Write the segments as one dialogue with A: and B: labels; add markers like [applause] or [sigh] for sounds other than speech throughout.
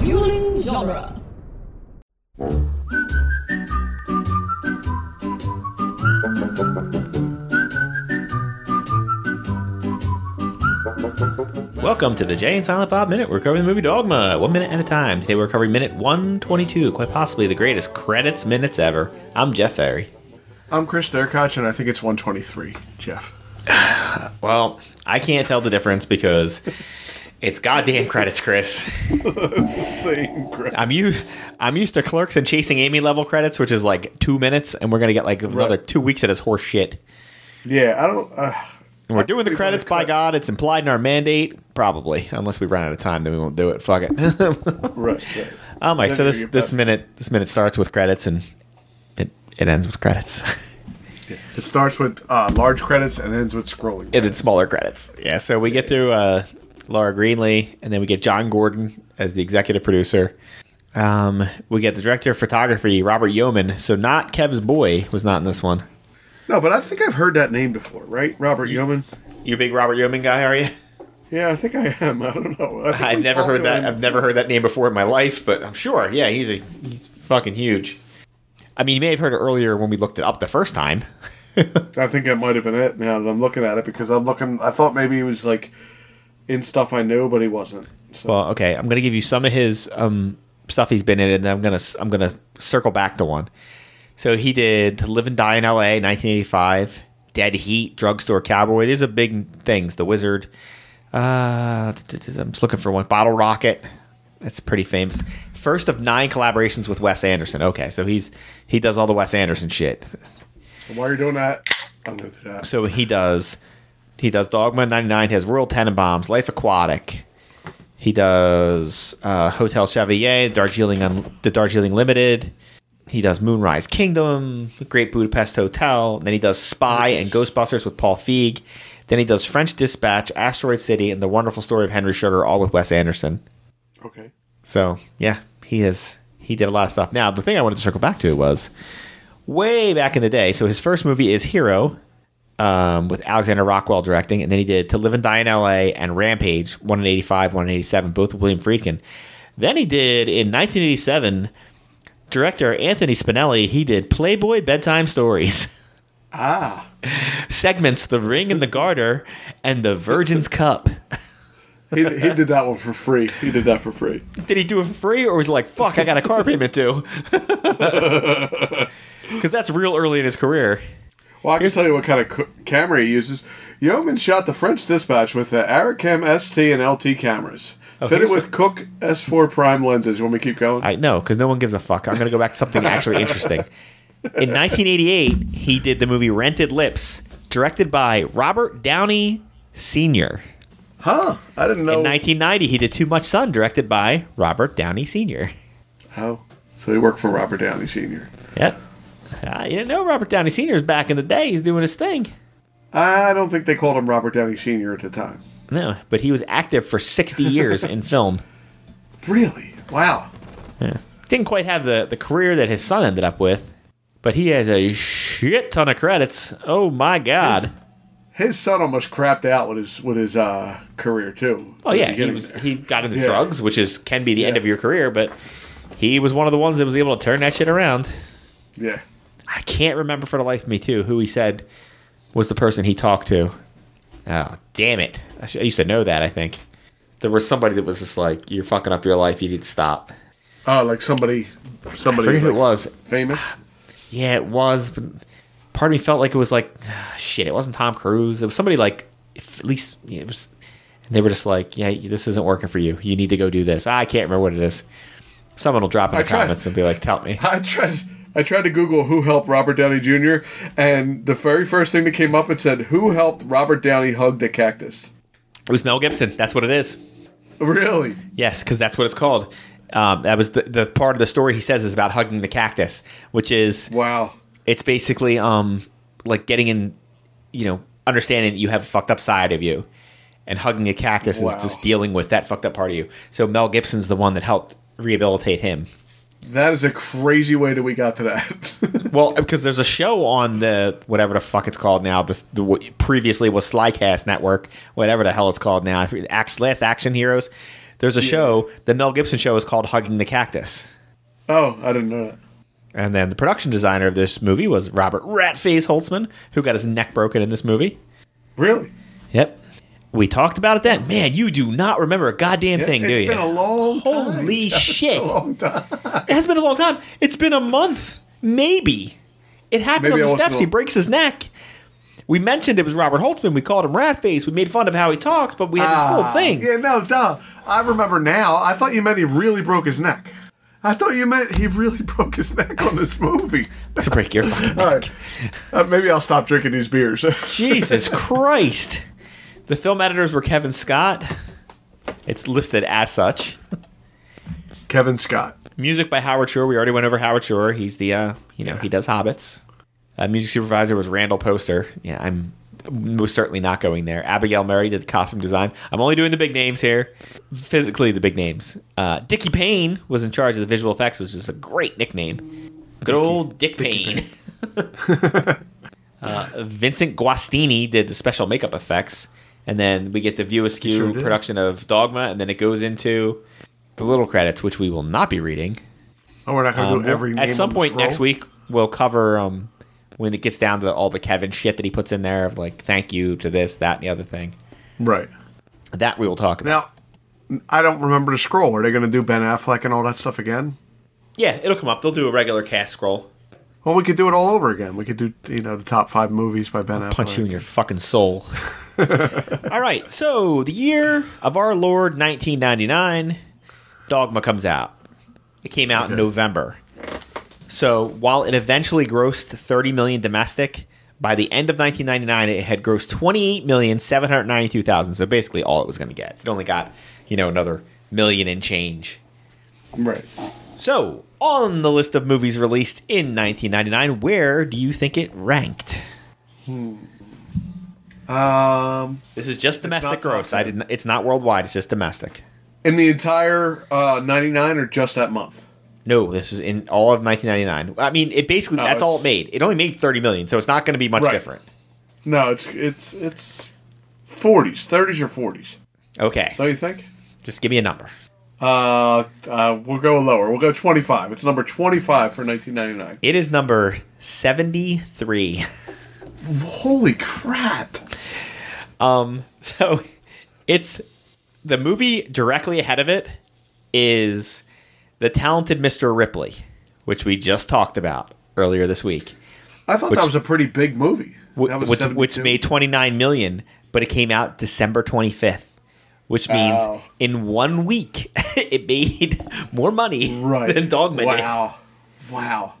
A: Dueling genre.
B: Welcome to the Jay and Silent Bob Minute. We're covering the movie Dogma, one minute at a time. Today we're covering minute 122, quite possibly the greatest credits minutes ever. I'm Jeff Ferry.
C: I'm Chris Derkoch, and I think it's 123, [laughs] Jeff.
B: Well, I can't tell the difference because it's goddamn credits, Chris.
C: That's the same crap.
B: I'm used I'm used to clerks and chasing Amy level credits, which is like two minutes, and we're gonna get like another two weeks of this horse shit.
C: Yeah, I don't. Uh,
B: And we're doing the
C: We wanna
B: credits, by
C: cut-
B: God. It's implied in our mandate, probably. Unless we run out of time, then we won't do it. Fuck it.
C: right, right.
B: I'm like,
C: Then
B: so Um,
C: you're
B: this
C: your
B: this
C: best.
B: minute this minute starts with credits and it it ends with credits.
C: It starts with uh, large credits and ends with scrolling.
B: [laughs] and then smaller credits. Yeah, so we get through uh, Laura Greenlee, and then we get John Gordon as the executive producer. Um, we get the director of photography, Robert Yeoman. So not Kev's boy was not in this one.
C: No, but I think I've heard that name before, right? Robert Yeoman.
B: You a big Robert Yeoman guy, are you?
C: Yeah, I think I am. [laughs] I don't know. I think
B: [laughs] I've
C: we
B: never
C: talked
B: heard
C: about
B: that.
C: him
B: I've never heard that name before in my life, but I'm sure. Yeah, he's a he's fucking huge. I mean, you may have heard it earlier when we looked it up the first time. [laughs]
C: I think that might have been it. Now that I'm looking at it, because I'm looking, I thought maybe he was like in stuff I knew, but he wasn't. So
B: Well, okay, I'm gonna give you some of his um, stuff he's been in, and then I'm gonna I'm gonna circle back to one. So he did Live and Die in L.A. 1985, Dead Heat, Drugstore Cowboy. These are big things. The Wizard. Uh, t- t- t- I'm just looking for one. Bottle Rocket. That's pretty famous. First of nine collaborations with Wes Anderson. Okay, so he's he does all the Wes Anderson shit.
C: while you're doing that, I'm gonna do that.
B: So he does he does Dogma 99. He has Royal Tenenbaums, Life Aquatic. He does uh, Hotel Chevalier, Darjeeling, Un- the Darjeeling Limited. He does Moonrise Kingdom, Great Budapest Hotel. Then he does Spy and Ghostbusters with Paul Feig. Then he does French Dispatch, Asteroid City, and The Wonderful Story of Henry Sugar, all with Wes Anderson.
C: Okay.
B: So yeah, he is. He did a lot of stuff. Now the thing I wanted to circle back to was way back in the day. So his first movie is Hero, um, with Alexander Rockwell directing, and then he did To Live and Die in L.A. and Rampage, one in '85, one in '87, both with William Friedkin. Then he did in 1987, director Anthony Spinelli. He did Playboy bedtime stories. [laughs]
C: Ah,
B: Segments The Ring and the Garter and The Virgin's Cup.
C: he, he did that one for free. He did that for free.
B: Did he do it for free, or was he like, "Fuck, I got a car payment [laughs] too"? Because that's real early in his career.
C: Well, I can tell you what kind of c- camera he uses. Yeoman shot the French Dispatch with the Aricam ST and LT cameras, fitted
B: here's
C: with Cook S4 prime lenses. When we keep going,
B: I know, because no one gives a fuck. I'm gonna go back to something actually interesting. In 1988, he did the movie Rented Lips, directed by Robert Downey Sr.
C: huh? I didn't know.
B: In 1990, he did Too Much Sun, directed by Robert Downey Sr.
C: oh, so he worked for Robert Downey Sr.
B: Yep. Uh, you didn't know Robert Downey Sr. is back in the day. He's doing his thing.
C: I don't think they called him Robert Downey Sr. at the time.
B: No, but he was active for 60 years in film.
C: Really? Wow.
B: didn't quite have the, the career that his son ended up with, but he has a shit ton of credits. Oh my god!
C: His son almost crapped out with his with his uh, career too.
B: oh
C: At the
B: yeah, he
C: beginning
B: was
C: there.
B: he got into
C: Yeah.
B: drugs, which is can be the end
C: Yeah.
B: of your career, but he was one of the ones that was able to turn that shit around.
C: Yeah.
B: I can't remember for the life of me too who he said was the person he talked to. Oh damn it! I, sh- I used to know that. I think there was somebody that was just like, "You're fucking up your life. You need to stop."
C: Oh, like somebody,
B: I
C: somebody
B: forget who it
C: like,
B: was.
C: famous.
B: Yeah, it was. But part of me felt like it was like, ah, shit, it wasn't Tom Cruise. It was somebody like, if at least yeah, it was. And they were just like, yeah, this isn't working for you. You need to go do this. I can't remember what it is. Someone will drop in
C: I
B: the
C: tried-
B: comments and be like, tell me.
C: I tried. I tried to Google who helped Robert Downey Jr. and the very first thing that came up it said who helped Robert Downey hug the cactus.
B: [laughs] It was Mel Gibson. That's what it is.
C: Really?
B: Yes, because that's what it's called. Um, that was the, the part of the story he says is about hugging the cactus, which is
C: Wow.
B: it's basically um like getting in you know understanding that you have a fucked up side of you and hugging a cactus
C: Wow.
B: is just dealing with that fucked up part of you so mel gibson's the one that helped rehabilitate him
C: That is a crazy way that we got to that. [laughs]
B: Well, because there's a show on the whatever the fuck it's called now. This the, what previously was Slycast Network, whatever the hell it's called now. I forget- Act, Last Action Heroes. There's a show. The Mel Gibson show is called Hugging the Cactus.
C: oh, I didn't know that.
B: And then the production designer of this movie was Robert Ratface Holtzman, who got his neck broken in this movie.
C: Really?
B: Yep. We talked about it then. Man, you do not remember a goddamn thing, do
C: It's
B: you?
C: been a long time.
B: Holy shit.
C: [laughs] A long time.
B: It has been a long time. It's been a month, maybe. It happened
C: Maybe I
B: on the
C: wasn't
B: steps. He
C: al-
B: breaks his neck. We mentioned it was Robert Holtzman. We called him Ratface. We made fun of how he talks, but we had
C: Ah,
B: this whole thing.
C: Yeah, no, duh. I remember now. I thought you meant he really broke his neck. I thought you meant he really [laughs] broke his neck on this movie.
B: To break
C: [laughs]
B: your fucking
C: All
B: neck.
C: right. Uh, maybe I'll stop drinking these beers. [laughs]
B: Jesus Christ. The film editors were Kevin Scott. It's listed as such.
C: Kevin Scott.
B: Music by Howard Shore. We already went over Howard Shore. He's the, uh, you know, he does Hobbits. Uh, music supervisor was Randall Poster. Yeah, I'm most certainly not going there. Abigail Murray did costume design. I'm only doing the big names here, physically the big names. Uh, Dickie Payne was in charge of the visual effects, which is a great nickname. Good old Dick Payne. [laughs] uh, Vincent Guastini did the special makeup effects, and then we get the View Askew
C: sure did.
B: production of Dogma, and then it goes into the little credits, which we will not be reading.
C: Oh, we're not going to
B: Um,
C: do every name
B: at some
C: on the
B: point
C: scroll?
B: next week, we'll cover um, when it gets down to all the Kevin shit that he puts in there of like thank you to this, that, and the other thing.
C: Right.
B: That we will talk about.
C: Now, I don't remember the scroll. Are they going to do Ben Affleck and all that stuff again?
B: yeah, it'll come up. They'll do a regular cast scroll.
C: Well, we could do it all over again. We could do, you know, the top five movies by Ben Affleck.
B: Punch you in your fucking soul. all right, so the year of our Lord 1999, Dogma comes out. It came out in
C: Okay.
B: November. So while it eventually grossed 30 million domestic, by the end of 1999 it had grossed 28,792,000. So basically all it was going to get. It only got, you know, another million and change.
C: Right.
B: So, on the list of movies released in 1999, where do you think it ranked?
C: Um,
B: This is just domestic
C: not top
B: gross. I
C: ten.
B: didn't it's not worldwide, it's just domestic.
C: in the entire uh, 99 or just that month?
B: No, this is in all of 1999. I mean, it basically that's all it
C: Oh, it's-
B: made. It only made 30 million, so it's not going to be much
C: Right.
B: different.
C: No, it's it's it's 40s, 30s or 40s.
B: Okay.
C: Don't you think?
B: Just give me a number.
C: Uh, uh, we'll go lower. We'll go 25. It's number 25 for 1999.
B: It is number 73.
C: Holy crap!
B: Um, so it's the movie directly ahead of it is The Talented Mr. Ripley, which we just talked about earlier this week,
C: I thought that was a pretty big movie.
B: wh-
C: That was
B: which, which
C: 72.
B: made 29 million, but it came out December 25th, which means
C: Oh.
B: in one week [laughs] it made more money
C: right
B: than Dogma did.
C: Wow, wow.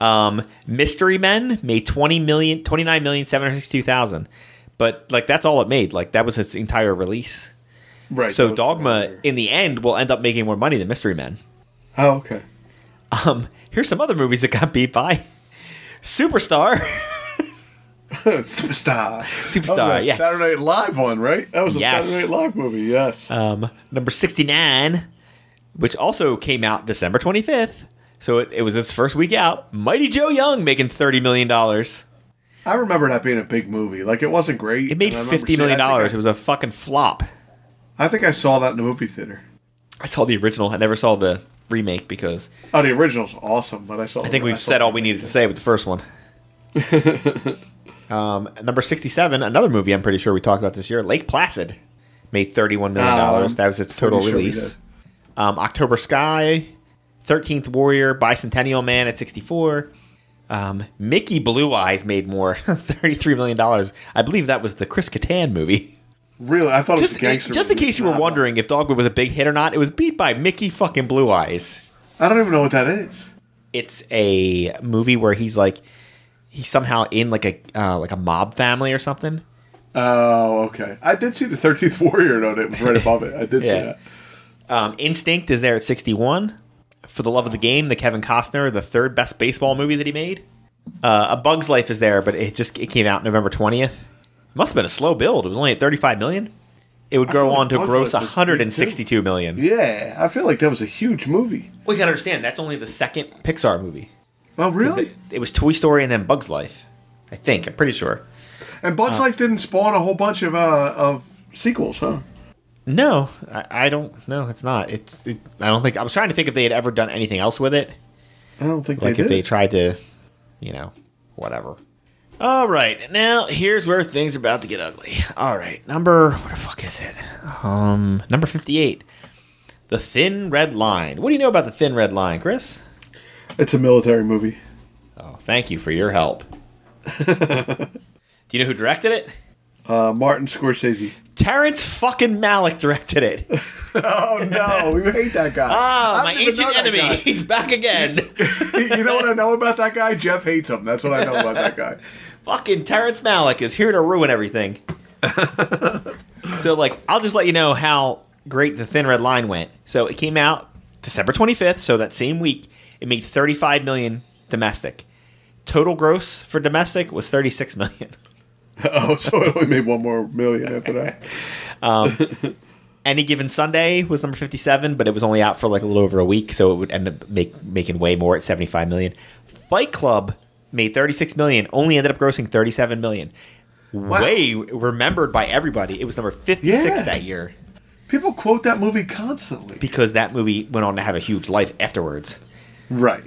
B: Um, Mystery Men made 20 million, 29 million, But like, that's all it made. Like that was its entire release.
C: Right. that
B: So
C: was
B: Dogma
C: familiar.
B: in the end will end up making more money than Mystery Men.
C: Oh, okay.
B: Um, here's some other movies that got beat by Superstar.
C: [laughs]
B: [laughs]
C: Superstar.
B: Superstar,
C: That was a
B: yes.
C: Oh, Saturday Night Live one, right? That was a
B: Yes.
C: Saturday Night Live movie. Yes.
B: um, number 69, which also came out December 25th. So it, it was its first week out. Mighty Joe Young making $30 million. It
C: I remember that being a big movie. Like it wasn't great. It
B: made $50 million. It was a fucking flop.
C: I think I saw that in the movie theater.
B: I saw the original. I never saw the remake because
C: Oh, the original's awesome, but I saw.
B: I think we've said all we needed to say with the first
C: [laughs]
B: one. um, number 67, another movie I'm pretty sure we talked about this year, Lake Placid, made $31 million.
C: Um,
B: that was its total
C: pretty sure we
B: release. um, October Sky, 13th Warrior, Bicentennial Man at 64. Um, Mickey Blue Eyes made more, [laughs] $33 million. I believe that was the Chris Kattan movie.
C: Really, I thought
B: Just,
C: it was a gangster.
B: just in
C: movie.
B: case you were
C: Nah, nah.
B: wondering if Dogwood was a big hit or not, it was beat by Mickey fucking Blue Eyes.
C: I don't even know what that is.
B: it's a movie where he's like he's somehow in like a uh, like a mob family or something.
C: Oh, okay. I did see the Thirteenth Warrior though. That was right above it. I did see
B: Yeah.
C: that.
B: Um, Instinct is there at sixty one. For the love of the game, the Kevin Costner, the third best baseball movie that he made. Uh, a Bug's Life is there, but it just it came out November twentieth. Must have been a slow build. It was only at thirty five million. it would grow
C: feel
B: on to
C: like Bugs
B: gross
C: Life was big, too.
B: 162 million.
C: Yeah, I feel like that was a huge movie.
B: We gotta understand that's only the second Pixar movie.
C: Oh, really?
B: It, it was Toy Story and then Bugs Life, I think. I'm pretty sure.
C: And Bugs
B: Uh.
C: Life didn't spawn a whole bunch of uh, of sequels, huh?
B: No, I, I don't. No, it's not. It's. It, I don't think. I was trying to think if they had ever done anything else with it.
C: I don't think
B: Like
C: they
B: if
C: did.
B: they tried to, you know, whatever. All right, now here's where things are about to get ugly. All right, number what the fuck is it? Um, number fifty-eight, the Thin Red Line. What do you know about the Thin Red Line, Chris?
C: It's a military movie.
B: Oh, thank you for your
C: [laughs]
B: help. do you know who directed it?
C: Uh, Martin Scorsese.
B: Terrence fucking Malick directed
C: [laughs]
B: it.
C: Oh
B: [laughs]
C: no, we hate that guy.
B: Ah,
C: I
B: my
C: don't even know
B: ancient
C: that
B: enemy.
C: guy.
B: He's back
C: [laughs]
B: again.
C: you know what I know about that guy? Jeff hates him. That's what I know about
B: [laughs]
C: that guy.
B: fucking Terrence Malick is here to ruin everything. so, like, I'll just let you know how great the Thin Red Line went. So, it came out December 25th. So, that same week, it made 35 million domestic. Total gross for domestic was 36 million.
C: Oh, so it only made one more million after that.
B: Any given Sunday was number 57, but it was only out for like a little over a week. So, it would end up make, making way more at 75 million. Fight Club made 36 million, only ended up grossing 37 million. Way remembered by everybody. It was number 56
C: Yeah.
B: that year.
C: People quote that movie constantly.
B: because that movie went on to have a huge life afterwards.
C: Right.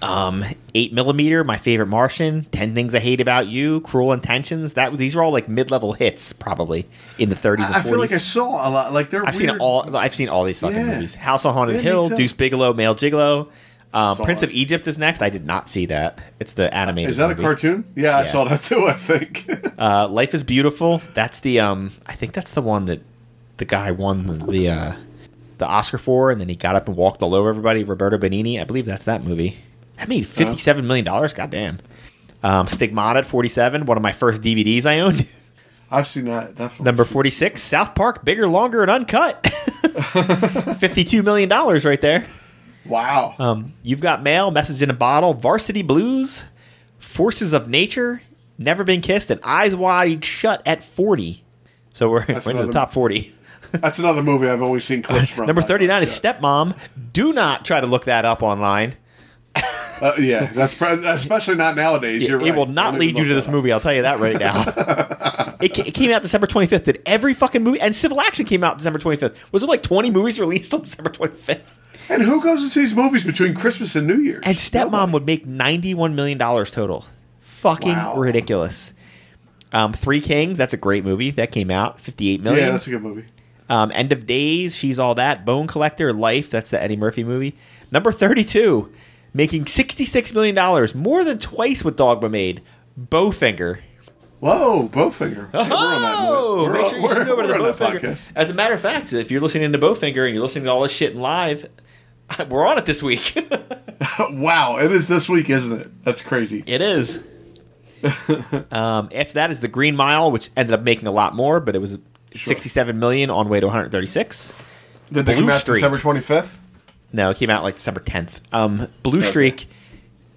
B: Um, Eight Millimeter, My Favorite Martian, Ten Things I Hate About You, Cruel Intentions. That these are all like mid-level hits, probably in the 30s and
C: I
B: 40s.
C: feel like I saw a lot. Like they're.
B: have
C: weird.
B: seen all. I've seen all these fucking
C: Yeah.
B: movies: House on Haunted
C: Yeah, me
B: Hill,
C: too.
B: Deuce Bigelow, Male Gigolo, um,
C: Saw
B: Prince
C: it.
B: of Egypt is next. I did not see that. It's the animated.
C: Is that
B: movie.
C: a cartoon? Yeah, I
B: Yeah.
C: saw that too. I think.
B: [laughs] Uh, Life is Beautiful. That's the. Um, I think that's the one that the guy won the the, uh, the Oscar for, and then he got up and walked all over everybody. Roberto Benini. I believe that's that movie. That made
C: Uh-huh.
B: fifty-seven million dollars. Goddamn. Um, Stigmata at forty-seven. One of my first DVDs I owned. [laughs]
C: I've seen that. Definitely.
B: Number forty-six. South Park. Bigger, longer, and
C: [laughs]
B: uncut. [laughs] Fifty-two million dollars right there.
C: Wow.
B: Um, you've got mail, message in a bottle, varsity blues, forces of nature, never been kissed, and eyes wide shut at forty. So we're, we're into the
C: another-
B: top
C: [laughs]
B: forty.
C: That's another movie I've always seen
B: [laughs]
C: clips from.
B: Number thirty nine is stepmom. Do not try to look that up online.
C: Uh, yeah, that's pre- especially not nowadays. You're
B: It
C: right.
B: will not
C: Don't
B: lead
C: even
B: you to
C: look
B: this
C: that up.
B: movie. I'll tell you that right now.
C: [laughs]
B: it, ca- it came out December twenty fifth. Did every fucking movie and Civil Action came out December twenty fifth? Was it like twenty movies released on December twenty fifth?
C: And who goes and sees movies between Christmas and New Year's?
B: And stepmom would make ninety-one million dollars total. Fucking
C: Wow.
B: ridiculous. Um, Three Kings. That's a great movie that came out. Fifty-eight million.
C: Yeah, that's a good movie.
B: um, End of Days. She's all that. Bone Collector. Life. That's the Eddie Murphy movie. Number thirty-two, making sixty-six million dollars, more than twice what Dogma made. Bowfinger.
C: Whoa, Bowfinger. Hey, we're on that movie.
B: Oh,
C: We're
B: make
C: on-
B: sure you shoot
C: we're-
B: over to
C: we're on that
B: Bowfinger.
C: podcast.
B: As a matter of fact, if you're listening to Bowfinger and you're listening to all this shit live, [laughs] we're on it this week. [laughs]
C: [laughs] wow, it is this week, isn't it? That's crazy.
B: It is. um, after that is the Green Mile, which ended up making a lot more, but it was 67 million on way to 136.
C: Did they
B: Blue
C: come out
B: Streak.
C: December 25th?
B: No, it came out like December 10th. Um, Blue Streak,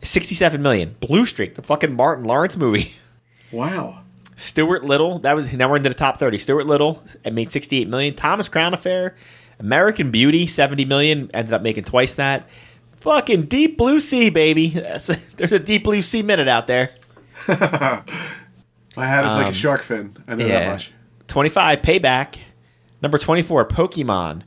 B: 67 million. Blue Streak, the fucking Martin Lawrence movie. [laughs]
C: Wow.
B: Stuart Little, that was now we're into the top 30. Stuart Little it made 68 million. Thomas Crown Affair, American Beauty, 70 million, ended up making twice that. Fucking Deep Blue Sea, baby. [laughs] That's there's a Deep Blue Sea minute out there.
C: My hat is like a shark fin. I know that
B: Um, Yeah.
C: much.
B: 25, Payback. Number 24, Pokemon.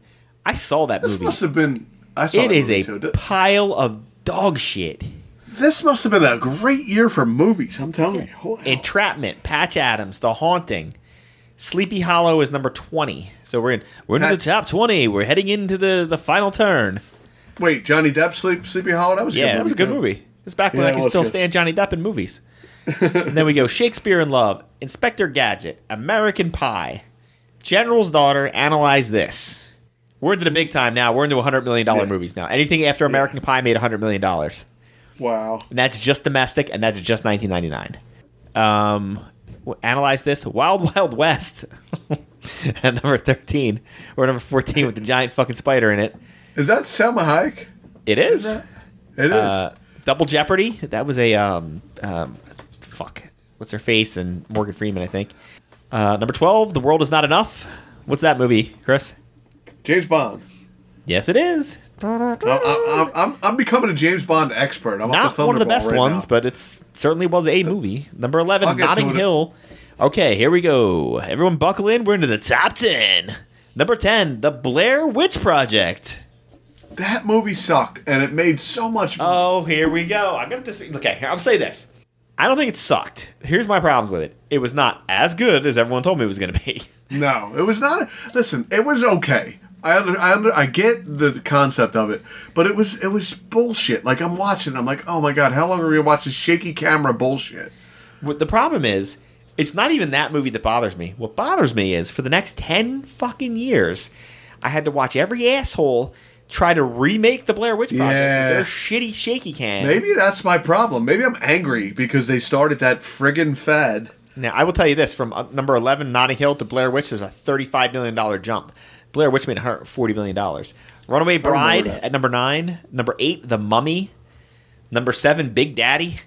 B: I saw that
C: This
B: movie.
C: must have been. I saw
B: It
C: that
B: is
C: movie
B: a
C: too. Th-
B: pile of dog shit.
C: This must have been a great year for movies. I'm telling you. Wow.
B: Entrapment, Patch Adams, The Haunting. Sleepy Hollow is number 20. So we're in we're into
C: Pat-
B: the top 20. We're heading into the the final turn.
C: Wait, Johnny Depp, Sleep, Sleepy Hollow. That was a
B: Yeah,
C: good
B: that was a good
C: too.
B: movie. It's back when
C: Yeah,
B: I
C: it
B: could
C: was
B: still
C: good.
B: stand Johnny Depp in
C: [laughs]
B: movies. and then we go Shakespeare in Love, Inspector Gadget, American Pie, General's Daughter, Analyze This. We're into the big time now. We're into $100 million
C: Yeah.
B: movies now. Anything after American Pie made $100 million. And
C: Wow.
B: that's just domestic, and that's just 1999. Um, w- analyze This, Wild Wild West. [laughs] At number 13, or number 14 with the giant fucking spider in it.
C: Is that Selma Hayek?
B: It is.
C: It is.
B: Uh, Double Jeopardy. That was a um, um, fuck. What's her face and Morgan Freeman, I think. Uh, number twelve, The World Is Not Enough. What's that movie, Chris?
C: James Bond.
B: Yes, it is.
C: I'm, I'm, I'm, I'm becoming a James Bond expert. I'm up
B: Not
C: to
B: one of the
C: Thunderball
B: best
C: right
B: ones,
C: now.
B: but it's certainly was a movie. Number
C: I'll
B: eleven,
C: get to
B: Notting
C: it.
B: Hill. Okay, here we go. Everyone, buckle in. We're into the top ten. Number ten, The Blair Witch Project.
C: that movie sucked, and it made so much. money.
B: Oh, here we go. I'm gonna dis- okay. Here, I'll say this. I don't think it sucked. Here's my problems with it. It was not as good as everyone told me it was gonna be. [laughs]
C: No, it was not. listen, it was okay. I under, I under, I get the concept of it, but it was it was bullshit. Like I'm watching, I'm like, oh my god, how long are we gonna watch this shaky camera bullshit?
B: What the problem is, it's not even that movie that bothers me. What bothers me is for the next 10 fucking years, I had to watch every asshole try to remake the Blair Witch Project
C: Yeah.
B: with their shitty shaky can.
C: Maybe that's my problem. Maybe I'm angry because they started that friggin' fad.
B: Now, I will tell you this from uh, number 11, Notting Hill to Blair Witch, there's a $35 million jump. Blair Witch made $140 million. Runaway Bride
C: that.
B: at number 9. Number 8, The Mummy. Number 7, Big Daddy.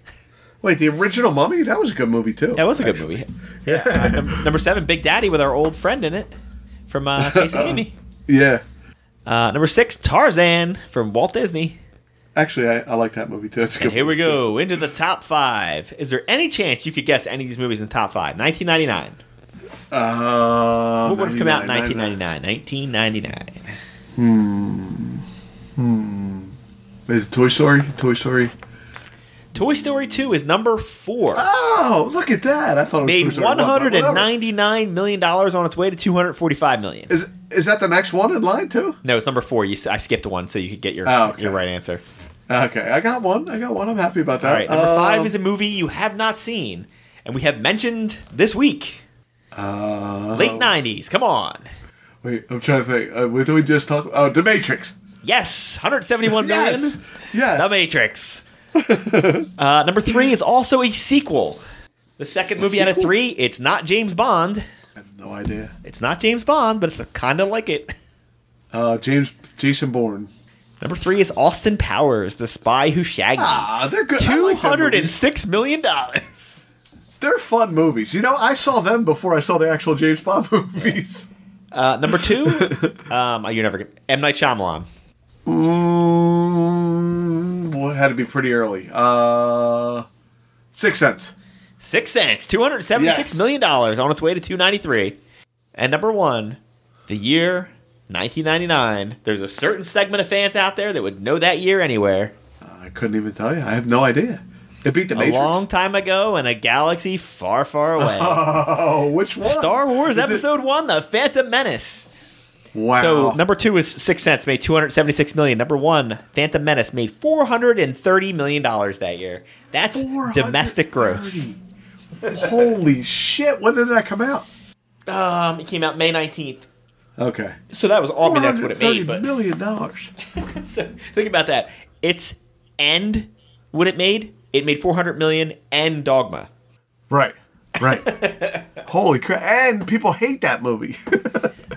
C: Wait, the original Mummy? That was a good movie too.
B: That was a good movie. [laughs] Yeah. uh, num- number 7, Big Daddy with our old friend in it from [laughs] uh, Chasing Amy.
C: Yeah,
B: Uh, number six, Tarzan from Walt Disney.
C: actually, I, I like that movie too. It's a good
B: And here we
C: movie, too.
B: go into the top five. Is there any chance you could guess any of these movies in the top five? 1999.
C: Uh,
B: What would have come out in
C: 99.
B: 1999? 1999.
C: Is it Toy Story? Toy Story.
B: Toy Story 2 is number four.
C: Oh, look at that! I thought it was Toy
B: Made
C: Story one, but whatever.
B: 199 million dollars on its way to 245 million.
C: Is is that the next one in line too?
B: No, it's number four. You, s- I skipped one, so you could get your
C: Oh, okay.
B: your right answer.
C: Okay, I got one. I got one. I'm happy about that.
B: All right, number
C: Um,
B: five is a movie you have not seen, and we have mentioned this week.
C: uh,
B: Late 90s. Come on.
C: Wait, I'm trying to think. Uh, what did we just talk? Oh, The Matrix.
B: Yes, 171 million.
C: Yes, yes.
B: The
C: [laughs]
B: Matrix. uh, number three is also a sequel. The second movie out of
C: sequel?
B: three. It's not James Bond.
C: I have no idea.
B: It's not James Bond, but it's kind of like it.
C: Uh, James Jason Bourne.
B: Number three is Austin Powers, the spy who shagged me.
C: Ah, they're good. I
B: Two
C: like that
B: hundred
C: movie.
B: and six million dollars.
C: They're fun movies. You know, I saw them before I saw the actual James Bond [laughs] movies.
B: Uh, number
C: [laughs]
B: two, um, you're never gonna, M Night Shyamalan.
C: Mm, well, it had to be pretty early. Uh, Six Sense.
B: Six cents, two hundred seventy-six
C: Yes.
B: million dollars on its way to two ninety-three. And number one, the year nineteen ninety-nine. There's a certain segment of fans out there that would know that year anywhere.
C: I couldn't even tell you. I have no idea. It beat the
B: A
C: Matrix.
B: long time ago in a galaxy far, far away.
C: [laughs] oh, which one?
B: Star Wars
C: Is it-
B: Episode One: The Phantom Menace.
C: Wow.
B: So number two is Six Sense made two hundred seventy-six million. Number one, Phantom Menace made four hundred and thirty million dollars that year. That's domestic gross.
C: 430. Holy shit! When did that come out?
B: Um, it came out May nineteenth,
C: Okay,
B: so that was all. I mean, that's what it made. But
C: $430 million dollars.
B: So [laughs] think about that. Its end, what it made, it made 400 million and Dogma.
C: Right, right.
B: [laughs]
C: Holy crap! And people hate that movie.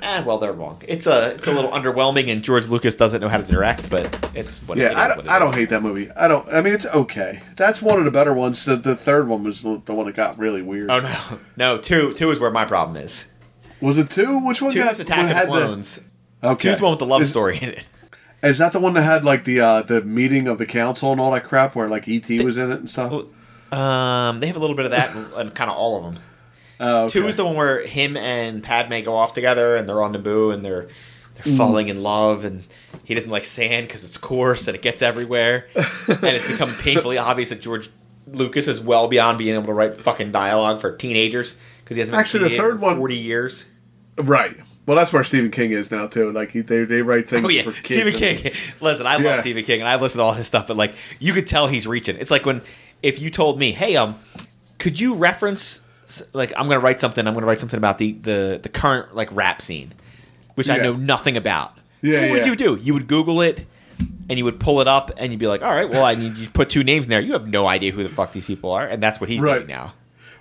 B: Ah, well, they're wrong. It's a it's a little underwhelming, and George Lucas doesn't know how to direct, but it's what it, it
C: yeah,
B: is
C: I
B: what
C: don't,
B: it
C: I don't
B: is.
C: hate that movie. I don't. I mean, it's okay. That's one of the better ones. The, the third one was the the one that got really weird.
B: Oh no, no two two is where my problem is.
C: Was it two? Which one?
B: Two
C: got,
B: is
C: one
B: Attack of
C: had
B: the
C: the-
B: Clones.
C: okay.
B: Two's the one with the love
C: is,
B: story in it.
C: Is that the one that had like the uh, the meeting of the council and all that crap, where like ET was in it and stuff?
B: Um, they have a little bit of that and, and kind of all of them.
C: [laughs] Oh, okay.
B: Two is the one where him and Padme go off together, and they're on Naboo, and they're
C: Mm.
B: they're falling in love, and he doesn't like sand because it's coarse and it gets
C: [laughs]
B: everywhere, and it's become painfully obvious that George Lucas is well beyond being able to write fucking dialogue for teenagers because he hasn't been
C: Actually, the
B: a teenager
C: third
B: for
C: one-
B: forty years.
C: Right. Well, that's where Stephen King is now too. Like he, they they write things.
B: Oh yeah,
C: for kids
B: Stephen
C: and-
B: King. Listen, I love
C: Yeah.
B: Stephen King, and I've listened to all his stuff, but like you could tell he's reaching. It's like when if you told me, "Hey, um, could you reference s- like I'm going to write something? I'm going to write something about the the the current like rap scene, which I
C: Yeah.
B: know nothing about." so
C: Yeah,
B: what would
C: yeah.
B: you do? You would Google it, and you would pull it up, and you'd be like, "All right, well, I need you to put two names in there. You have no idea who the fuck these people are," and that's what he's
C: Right.
B: doing now.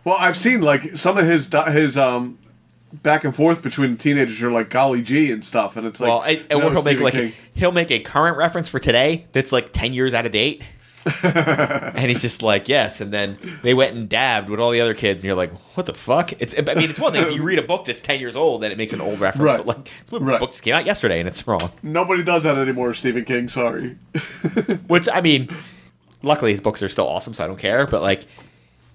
C: Well, I've seen like some of his di- his um back and forth between teenagers are like golly gee and stuff, and it's like
B: Well, and, and
C: no,
B: what he'll make
C: Stephen
B: like
C: King. [laughs]
B: he'll make a current reference for today that's like ten years out of date. and he's just like, yes. And then they went and dabbed with all the other kids, and you're like, what the fuck? It's I mean, it's one thing if you read a book that's ten years old and it makes an old reference,
C: Right.
B: but like it's when
C: Right.
B: books came out yesterday and it's wrong.
C: Nobody does that anymore, Stephen King. Sorry. [laughs]
B: Which I mean, luckily his books are still awesome, so I don't care. But like,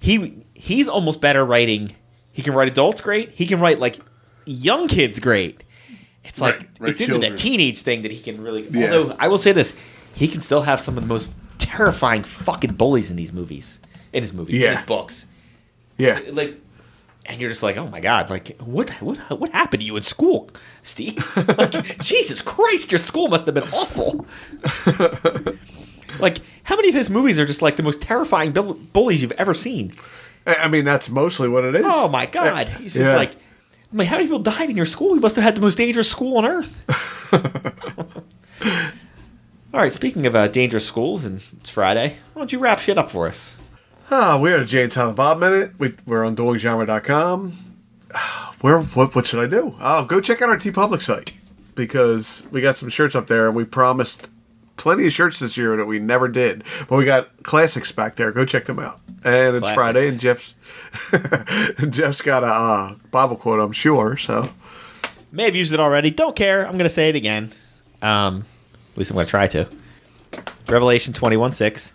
B: he he's almost better writing. He can write adults great. He can write like young kids great. It's like
C: Right, right,
B: it's into that
C: children.
B: teenage thing that he can really.
C: Yeah.
B: Although I will say this, he can still have some of the most terrifying fucking bullies in these movies, in his movies, in
C: Yeah.
B: his books.
C: Yeah.
B: Like, and you're just like, oh my god, like what what what happened to you in school, Steve? [laughs] Like, Jesus Christ, your school must have been
C: [laughs]
B: awful. Like, how many of his movies are just like the most terrifying bull- bullies you've ever seen?
C: I I mean, that's mostly what it is.
B: Oh my God. He's just
C: Yeah.
B: like, I mean, how many people died in your school? You must have had the most dangerous school on
C: [laughs]
B: earth. All right, speaking of uh, dangerous schools, and it's Friday, why don't you wrap shit up for us?
C: Ah, we are Jane Silent Bob Minute. We, we're on duelinggenre.com. [sighs] Where, what, what should I do? Oh, go check out our T Public site because we got some shirts up there and we promised plenty of shirts this year that we never did. But we got classics back there. Go check them out. And it's
B: Classics.
C: Friday and Jeff's and Jeff's [laughs] got a uh, Bible quote, I'm sure. So
B: May have used it already. Don't care. I'm going to say it again. Um, at least I'm going to try to. Revelation 21 6.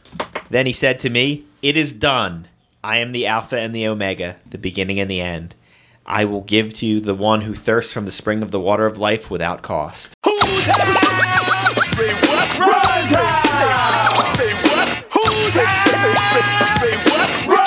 B: Then he said to me, It is done. I am the Alpha and the Omega, the beginning and the end. I will give to you the one who thirsts from the spring of the water of life without cost.
A: Who's high? They what? Runs high. They what? Who's high? They what?